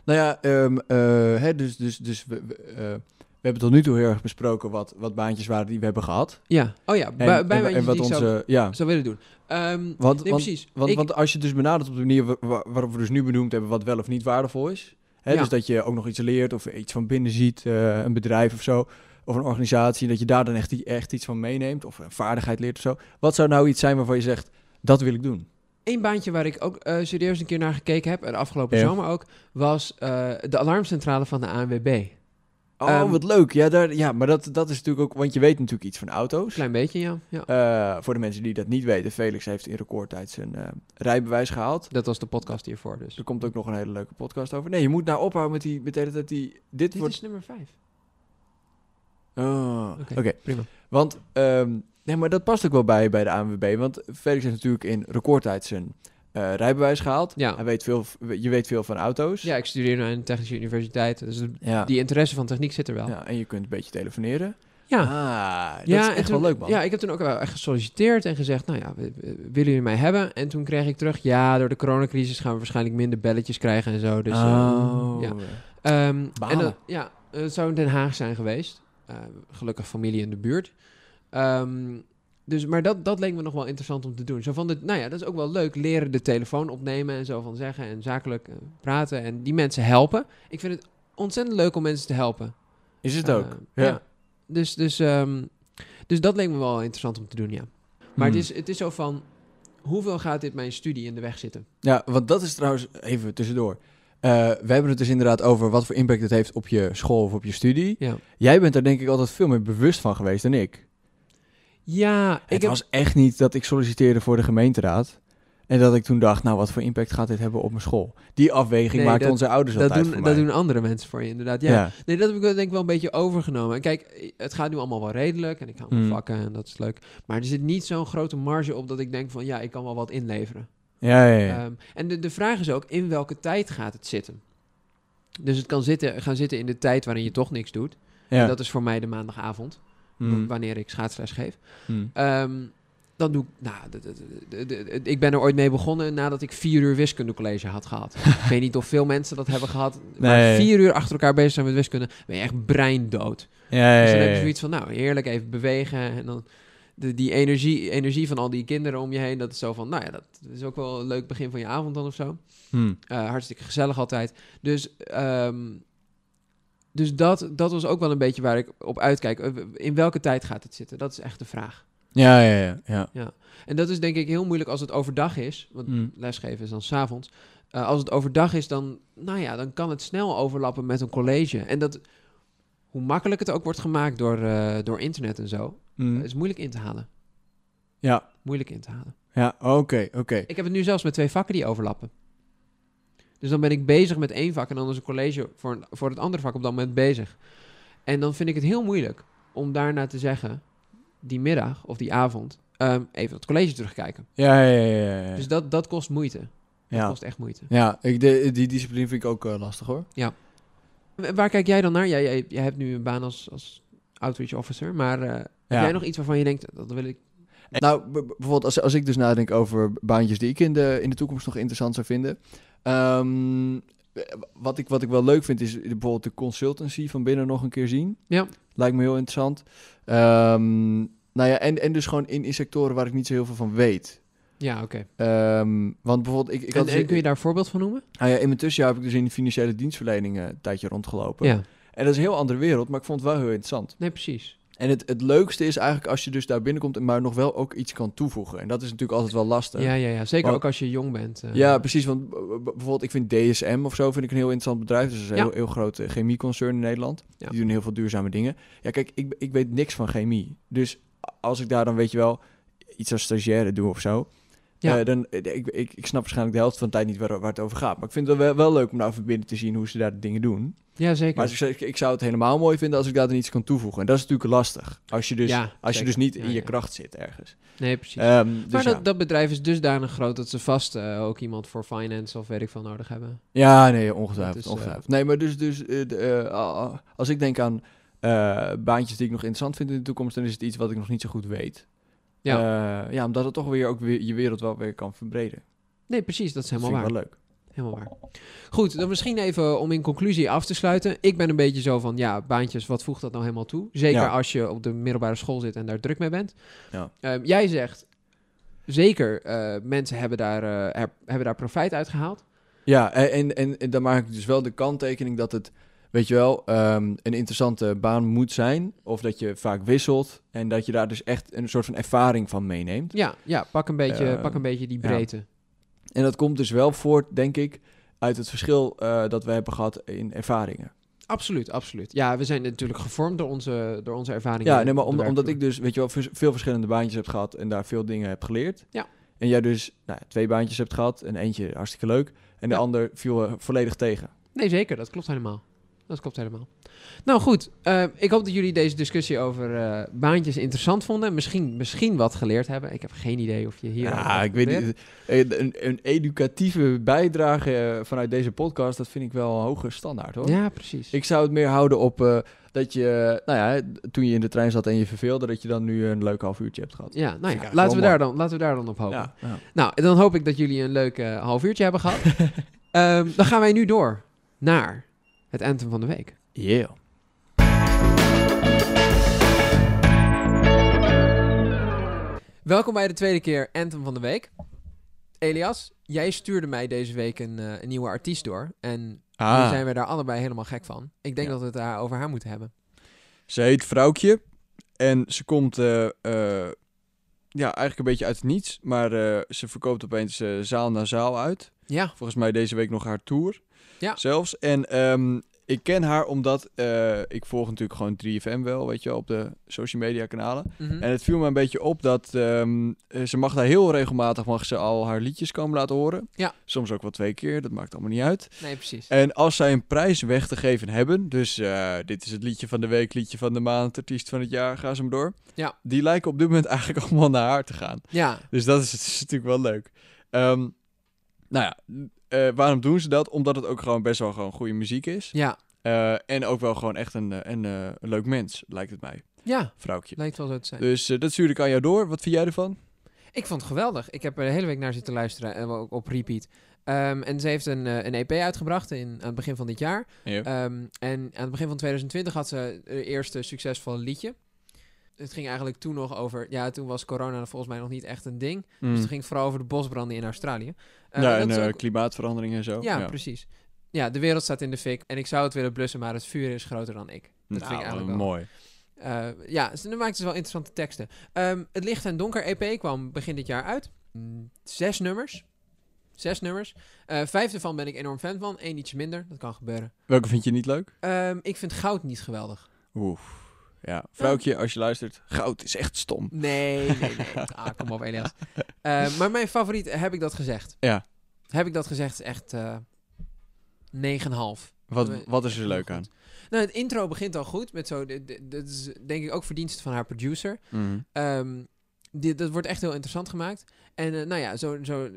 Speaker 1: Nou ja, ehm, eh, hè, dus, dus, dus we, we, eh, we hebben tot nu toe heel erg besproken wat, wat baantjes waren die we hebben gehad.
Speaker 2: Ja, oh ja,
Speaker 1: En,
Speaker 2: bij, bij
Speaker 1: en,
Speaker 2: mij
Speaker 1: en wat
Speaker 2: die ik
Speaker 1: onze,
Speaker 2: zou,
Speaker 1: ja.
Speaker 2: zou willen doen. Ehm, nee,
Speaker 1: Want, want,
Speaker 2: precies.
Speaker 1: Want,
Speaker 2: Ik-
Speaker 1: want als je het dus benadert op de manier wa- wa- waarop we dus nu benoemd hebben wat wel of niet waardevol is. Hè,
Speaker 2: Ja.
Speaker 1: Dus dat je ook nog iets leert of iets van binnen ziet, eh, een bedrijf of zo. Of een organisatie, dat je daar dan echt, i- echt iets van meeneemt. Of een vaardigheid leert of zo. Wat zou nou iets zijn waarvan je zegt, dat wil ik doen?
Speaker 2: Eén baantje waar ik ook eh, serieus een keer naar gekeken heb, en de afgelopen
Speaker 1: Ja.
Speaker 2: zomer ook, was eh, de alarmcentrale van de ANWB.
Speaker 1: Oh,
Speaker 2: Ehm,
Speaker 1: wat leuk. Ja, daar, ja maar dat, dat is natuurlijk ook... Want je weet natuurlijk iets van auto's.
Speaker 2: Klein beetje, ja. ja.
Speaker 1: Eh, voor de mensen die dat niet weten, Felix heeft in recordtijd zijn eh, rijbewijs gehaald.
Speaker 2: Dat was de podcast hiervoor, dus.
Speaker 1: Er komt ook nog een hele leuke podcast over. Nee, je moet nou ophouden met die... Met de hele tijd die dit,
Speaker 2: Dit
Speaker 1: wordt...
Speaker 2: is nummer vijf.
Speaker 1: Oh,
Speaker 2: Oké.
Speaker 1: oké.
Speaker 2: Prima.
Speaker 1: Want, ehm, nee, maar dat past ook wel bij, bij de ANWB. Want Felix heeft natuurlijk in recordtijd zijn eh, rijbewijs gehaald.
Speaker 2: Ja.
Speaker 1: Hij weet veel, je weet veel van auto's.
Speaker 2: Ja, ik studeer nu aan een technische universiteit. Dus de-
Speaker 1: Ja.
Speaker 2: die interesse van techniek zit er wel. Ja,
Speaker 1: Ja, en je kunt een beetje telefoneren.
Speaker 2: ja.
Speaker 1: Ah, dat
Speaker 2: Ja,
Speaker 1: is
Speaker 2: en
Speaker 1: echt
Speaker 2: toen-
Speaker 1: wel leuk, man.
Speaker 2: Ja, ik heb toen ook wel echt gesolliciteerd en gezegd, nou ja, w- w- willen jullie mij hebben? En toen kreeg ik terug, ja, door de coronacrisis gaan we waarschijnlijk minder belletjes krijgen en zo. Dus, eh,
Speaker 1: oh.
Speaker 2: ja. Ehm,
Speaker 1: Balen.
Speaker 2: en dat- ja, eh, het zou in Den Haag zijn geweest. Eh, gelukkig familie in de buurt. Ehm, dus, maar dat, dat leek me nog wel interessant om te doen. Zo van, de, nou ja, dat is ook wel leuk. Leren de telefoon opnemen en zo van zeggen en zakelijk eh, praten en die mensen helpen. Ik vind het ontzettend leuk om mensen te helpen.
Speaker 1: Is het ook?
Speaker 2: Eh, ja. Dus, dus, ehm, dus dat leek me wel interessant om te doen, ja. Maar
Speaker 1: Hmm.
Speaker 2: het, is, het is zo van, hoeveel gaat dit mijn studie in de weg zitten?
Speaker 1: Ja, want dat is trouwens even tussendoor. Eh, we hebben het dus inderdaad over wat voor impact het heeft op je school of op je studie.
Speaker 2: Ja,
Speaker 1: Jij bent daar denk ik altijd veel meer bewust van geweest dan ik.
Speaker 2: ja ik
Speaker 1: het
Speaker 2: heb-
Speaker 1: was echt niet dat ik solliciteerde voor de gemeenteraad. En dat ik toen dacht, nou, wat voor impact gaat dit hebben op mijn school? Die afweging
Speaker 2: Nee,
Speaker 1: maakten
Speaker 2: dat-
Speaker 1: onze ouders
Speaker 2: dat,
Speaker 1: altijd
Speaker 2: doen,
Speaker 1: dus voor
Speaker 2: dat
Speaker 1: mij.
Speaker 2: doen andere mensen voor je, inderdaad. Ja.
Speaker 1: ja.
Speaker 2: Nee, dat heb ik wel, denk ik wel een beetje overgenomen. En Kijk, het gaat nu allemaal wel redelijk en ik hou mijn
Speaker 1: Hmm.
Speaker 2: vakken en dat is leuk. Maar er zit niet zo'n grote marge op dat ik denk van, ja, ik kan wel wat inleveren.
Speaker 1: Ja, ja, ja.
Speaker 2: Ehm, en de, de vraag is ook, in welke tijd gaat het zitten? Dus het kan zitten, gaan zitten in de tijd waarin je toch niks doet.
Speaker 1: ja.
Speaker 2: En dat is voor mij de maandagavond,
Speaker 1: Mm,
Speaker 2: wanneer ik schaatsles geef.
Speaker 1: mm.
Speaker 2: Ehm, dan doe ik, nou, d- d- d- d- d- ik ben er ooit mee begonnen nadat ik vier uur wiskundecollege
Speaker 1: [LAUGHS]
Speaker 2: had gehad. ik weet niet of veel mensen dat hebben gehad, maar
Speaker 1: Nee.
Speaker 2: vier uur achter elkaar bezig zijn met wiskunde, ben je echt breindood.
Speaker 1: Ja, ja,
Speaker 2: Dus dan
Speaker 1: ja,
Speaker 2: heb je
Speaker 1: ja.
Speaker 2: zoiets van, nou, heerlijk even bewegen en dan... De, die energie, energie van al die kinderen om je heen, dat is zo van, nou ja, dat is ook wel een leuk begin van je avond dan of zo.
Speaker 1: Mm.
Speaker 2: Eh, hartstikke gezellig altijd. Dus, ehm, dus dat, dat was ook wel een beetje waar ik op uitkijk. Eh, w- In welke tijd gaat het zitten? Dat is echt de vraag.
Speaker 1: Ja, ja, ja. ja.
Speaker 2: En dat is denk ik heel moeilijk als het overdag is. Want
Speaker 1: Mm.
Speaker 2: lesgeven is dan s'avonds. Eh als het overdag is, dan, nou ja, dan kan het snel overlappen met een college. En dat, hoe makkelijk het ook wordt gemaakt door, eh, door internet en zo,
Speaker 1: Mm.
Speaker 2: is moeilijk in te halen.
Speaker 1: Ja,
Speaker 2: Moeilijk in te halen.
Speaker 1: ja, oké, oké.
Speaker 2: Ik heb het nu zelfs met twee vakken die overlappen. Dus dan ben ik bezig met één vak en dan is een college voor, een- voor het andere vak op dat moment bezig. En dan vind ik het heel moeilijk om daarna te zeggen, die middag of die avond, ehm, even het college terugkijken.
Speaker 1: Ja, ja, ja, ja, ja.
Speaker 2: Dus dat, dat kost moeite. Dat
Speaker 1: ja.
Speaker 2: kost echt moeite.
Speaker 1: Ja, ik, de, die discipline vind ik ook eh, lastig hoor.
Speaker 2: W- Waar kijk jij dan naar? Jij, jij, jij hebt nu een baan als, als outreach officer, maar eh, heb
Speaker 1: Ja.
Speaker 2: jij nog iets waarvan je denkt, dat wil ik...
Speaker 1: Nou, b- b- bijvoorbeeld als, als ik dus nadenk over baantjes die ik in de, in de toekomst nog interessant zou vinden. Ehm, wat, ik, wat ik wel leuk vind is bijvoorbeeld de consultancy van binnen nog een keer zien.
Speaker 2: Ja.
Speaker 1: Lijkt me heel interessant. Ehm, nou ja, en, en dus gewoon in, in sectoren waar ik niet zo heel veel van weet.
Speaker 2: Ja, oké.
Speaker 1: Ehm, want bijvoorbeeld, ik, ik
Speaker 2: En,
Speaker 1: had... dus
Speaker 2: en kun je daar een voorbeeld van noemen?
Speaker 1: nou ja, in mijn tussenjaar heb ik dus in de financiële dienstverlening eh, een tijdje rondgelopen.
Speaker 2: Ja,
Speaker 1: En dat is een heel andere wereld, maar ik vond het wel heel interessant.
Speaker 2: nee, precies.
Speaker 1: En het, het leukste is eigenlijk als je dus daar binnenkomt, maar nog wel ook iets kan toevoegen. En dat is natuurlijk altijd wel lastig.
Speaker 2: Ja, ja, ja. zeker
Speaker 1: Maar-
Speaker 2: ook als je jong bent. eh.
Speaker 1: Ja, precies. Want b- b- bijvoorbeeld, ik vind DSM of zo vind ik een heel interessant bedrijf. Dus dat is een
Speaker 2: Ja.
Speaker 1: heel, heel groot eh, chemieconcern in Nederland.
Speaker 2: Ja.
Speaker 1: Die doen heel veel duurzame dingen. Ja, kijk, ik, ik weet niks van chemie. Dus als ik daar dan, weet je wel, iets als stagiaire doe of zo...
Speaker 2: Ja.
Speaker 1: Ja. dan, eh, ik, ik, ik snap waarschijnlijk de helft van de tijd niet waar, waar het over gaat. Maar ik vind het wel, wel leuk om daar even binnen te zien hoe ze daar de dingen doen.
Speaker 2: ja zeker.
Speaker 1: Maar als ik, zeg, ik, ik zou het helemaal mooi vinden als ik daar dan iets kan toevoegen. En dat is natuurlijk lastig. Als je dus
Speaker 2: ja,
Speaker 1: als je
Speaker 2: zeker.
Speaker 1: dus niet
Speaker 2: Ja,
Speaker 1: in je
Speaker 2: ja.
Speaker 1: kracht zit ergens.
Speaker 2: Nee, precies.
Speaker 1: Ehm, dus
Speaker 2: maar
Speaker 1: ja.
Speaker 2: dat, dat bedrijf is dusdanig groot dat ze vast eh, ook iemand voor finance of weet ik veel nodig hebben.
Speaker 1: ja, nee, ongetwijfeld.
Speaker 2: Dat is,
Speaker 1: ongetwijfeld. Nee, maar dus, dus eh, de, eh, ah, ah, als ik denk aan eh, baantjes die ik nog interessant vind in de toekomst, dan is het iets wat ik nog niet zo goed weet. Ja, ja omdat het toch weer ook weer je wereld wel weer kan verbreden.
Speaker 2: Nee, precies. Dat is
Speaker 1: Dat
Speaker 2: helemaal
Speaker 1: vind
Speaker 2: waar.
Speaker 1: ik wel leuk.
Speaker 2: Helemaal waar. Goed, dan misschien even om in conclusie af te sluiten. Ik ben een beetje zo van, ja, baantjes, wat voegt dat nou helemaal toe? Zeker
Speaker 1: Ja.
Speaker 2: als je op de middelbare school zit en daar druk mee bent.
Speaker 1: Ja.
Speaker 2: Ehm, jij zegt, zeker, eh, mensen hebben daar, eh, heb- hebben daar profijt uit gehaald.
Speaker 1: Ja, en, en, en, en dan maak ik dus wel de kanttekening dat het, weet je wel, ehm, een interessante baan moet zijn. Of dat je vaak wisselt en dat je daar dus echt een soort van ervaring van meeneemt.
Speaker 2: Ja, ja pak, een beetje,
Speaker 1: Eh,
Speaker 2: pak een beetje die
Speaker 1: ja.
Speaker 2: breedte.
Speaker 1: En dat komt dus wel voort, denk ik, uit het verschil eh, dat we hebben gehad in ervaringen.
Speaker 2: Absoluut, absoluut. Ja, we zijn natuurlijk gevormd door onze, door onze ervaringen.
Speaker 1: Ja, nee, maar
Speaker 2: op de
Speaker 1: om- omdat
Speaker 2: werkvloer.
Speaker 1: ik dus, weet je wel, vers- veel verschillende baantjes heb gehad en daar veel dingen heb geleerd.
Speaker 2: Ja.
Speaker 1: En jij dus nou, ja, twee baantjes hebt gehad en eentje hartstikke leuk. En de
Speaker 2: Ja.
Speaker 1: ander viel eh, volledig tegen.
Speaker 2: Nee, zeker, dat klopt helemaal. Dat dat klopt helemaal. Nou goed, eh, ik hoop dat jullie deze discussie over eh, baantjes interessant vonden. en Misschien, misschien wat geleerd hebben. Ik heb geen idee of je hier...
Speaker 4: Ja, ik weet niet. eh, Een, een educatieve bijdrage eh, vanuit deze podcast, dat vind ik wel een hoge standaard hoor.
Speaker 2: Ja, precies.
Speaker 4: Ik zou het meer houden op eh, dat je, nou ja, toen je in de trein zat en je verveelde, dat je dan nu een leuk half uurtje hebt gehad.
Speaker 2: ja, nou ja,
Speaker 4: eigenlijk
Speaker 2: laten we,
Speaker 4: wel
Speaker 2: daar dan, laten we daar dan op hopen.
Speaker 4: Ja, ja.
Speaker 2: Nou, dan hoop ik dat jullie een leuk eh, half uurtje hebben gehad.
Speaker 4: [LAUGHS]
Speaker 2: Ehm, dan gaan wij nu door naar het anthem van de week.
Speaker 4: Yeah.
Speaker 2: Welkom bij de tweede keer Anthem van de Week. Elias, jij stuurde mij deze week een, eh, een nieuwe artiest door. En nu
Speaker 4: Ah.
Speaker 2: zijn we daar allebei helemaal gek van. Ik denk
Speaker 1: Ah. Ja.
Speaker 2: dat we het daar over haar moeten hebben.
Speaker 1: Ze heet Vrouwtje. En ze komt eh, eh, ja, eigenlijk een beetje uit het niets. Maar eh, ze verkoopt opeens eh, zaal na zaal uit.
Speaker 2: Ja,
Speaker 1: Volgens mij deze week nog haar tour.
Speaker 2: Ja.
Speaker 1: Zelfs. En ehm, ik ken haar omdat eh, ik volg natuurlijk gewoon 3FM wel, weet je, wel, op de social media kanalen.
Speaker 2: mhm.
Speaker 1: En het viel me een beetje op dat ehm, eh, ze mag daar heel regelmatig mag ze al haar liedjes komen laten horen.
Speaker 2: Ja.
Speaker 1: Soms ook wel twee keer, dat maakt allemaal niet uit.
Speaker 2: nee, precies.
Speaker 1: En als zij een prijs weg te geven hebben, dus eh, dit is het liedje van de week, liedje van de maand, artiest van het jaar, ga ze hem door.
Speaker 2: Ja.
Speaker 1: Die lijken op dit moment eigenlijk [LAUGHS] allemaal naar haar te gaan.
Speaker 2: Ja,
Speaker 1: Dus dat is, is natuurlijk wel leuk. Ehm, nou ja, eh, waarom doen ze dat? Omdat het ook gewoon best wel gewoon goede muziek is.
Speaker 2: ja,
Speaker 1: Eh, en ook wel gewoon echt een, eh, een, eh, een leuk mens, lijkt het mij,
Speaker 2: ja,
Speaker 1: vrouwtje.
Speaker 2: lijkt wel zo te zijn.
Speaker 1: Dus eh, dat stuur ik aan jou door. Wat vind jij ervan?
Speaker 2: Ik vond het geweldig. Ik heb er de hele week naar zitten luisteren en ook op repeat. Ehm, en ze heeft een, eh, een EP uitgebracht in, aan het begin van dit jaar.
Speaker 1: Ja.
Speaker 2: Ehm, en aan het begin van 2020 had ze haar eerste succesvolle liedje. Het ging eigenlijk toen nog over... Ja, toen was corona volgens mij nog niet echt een ding. Dus het ging het vooral over de bosbranden in Australië. Eh,
Speaker 1: Hm. ja,
Speaker 2: dat
Speaker 1: Hmm. en
Speaker 2: is
Speaker 1: eh,
Speaker 2: ook-
Speaker 1: klimaatverandering en zo.
Speaker 2: ja, precies. Ja, de wereld staat in de fik. En ik zou het willen blussen, maar het vuur is groter dan ik. Dat
Speaker 1: Nou,
Speaker 2: vind ik eigenlijk wel.
Speaker 1: mooi.
Speaker 2: Eh, ja, ze- dan maakte ze wel interessante teksten. Ehm, het Licht en Donker EP kwam begin dit jaar uit. Mm, Zes nummers. Zes nummers. Eh, vijf daarvan ben ik enorm fan van. Eén iets minder. Dat kan gebeuren.
Speaker 1: Welke vind je niet leuk?
Speaker 2: Ehm, ik vind Goud niet geweldig.
Speaker 1: Oeh. Ja, vrouwtje, als je luistert, goud is echt stom.
Speaker 2: Nee, nee, nee. Ah, kom op, Elias. Eh, maar mijn favoriet, heb ik dat gezegd?
Speaker 1: Ja.
Speaker 2: Heb ik dat gezegd, is echt eh 9,5.
Speaker 1: Wat,
Speaker 2: Eh,
Speaker 1: wat is
Speaker 2: echt
Speaker 1: er
Speaker 2: heel
Speaker 1: leuk
Speaker 2: goed.
Speaker 1: aan?
Speaker 2: Nou, het intro begint al goed. Met zo, dit- dit- dit is denk ik ook verdienste van haar producer.
Speaker 1: Mhm.
Speaker 2: Ehm, dit, dat wordt echt heel interessant gemaakt. En eh, nou ja, zo, zo,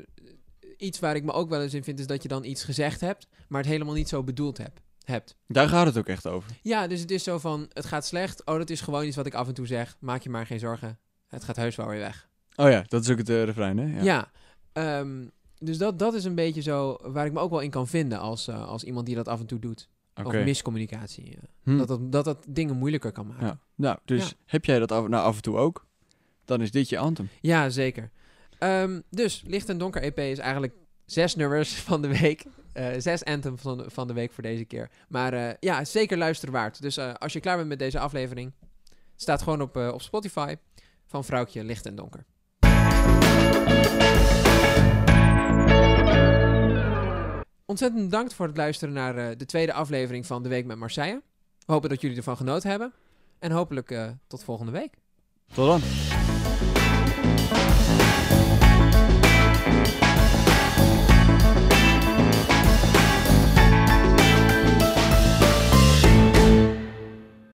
Speaker 2: iets waar ik me ook wel eens in vind, is dat je dan iets gezegd hebt, maar het helemaal niet zo bedoeld hebt. hebt.
Speaker 1: Daar gaat het ook echt over.
Speaker 2: Ja, dus het is zo van, het gaat slecht. Oh, dat is gewoon iets wat ik af en toe zeg. Maak je maar geen zorgen. Het gaat heus wel weer weg.
Speaker 1: Oh ja, dat is ook het eh, refrein, hè?
Speaker 2: Ja. ehm, dus dat, dat is een beetje zo waar ik me ook wel in kan vinden als, eh, als iemand die dat af en toe doet.
Speaker 1: Oké.
Speaker 2: Of miscommunicatie. eh,
Speaker 1: Hm.
Speaker 2: Dat, dat, dat dat dingen moeilijker kan maken.
Speaker 1: Ja. Nou, dus
Speaker 2: Ja.
Speaker 1: heb jij dat af, nou, af en toe ook? Dan is dit je anthem.
Speaker 2: Ja, zeker. Ehm, dus Licht en Donker EP is eigenlijk zes nummers [LAUGHS] van de week. Eh, zes anthem van de, van de week voor deze keer. Maar eh, ja, zeker luisteren waard. Dus eh, als je klaar bent met deze aflevering, staat gewoon op, eh, op Spotify van Vrouwtje Licht en Donker. Ontzettend bedankt voor het luisteren naar eh, de tweede aflevering van De Week met Marseille. We hopen dat jullie ervan genoten hebben. En hopelijk eh, tot volgende week.
Speaker 1: Tot dan.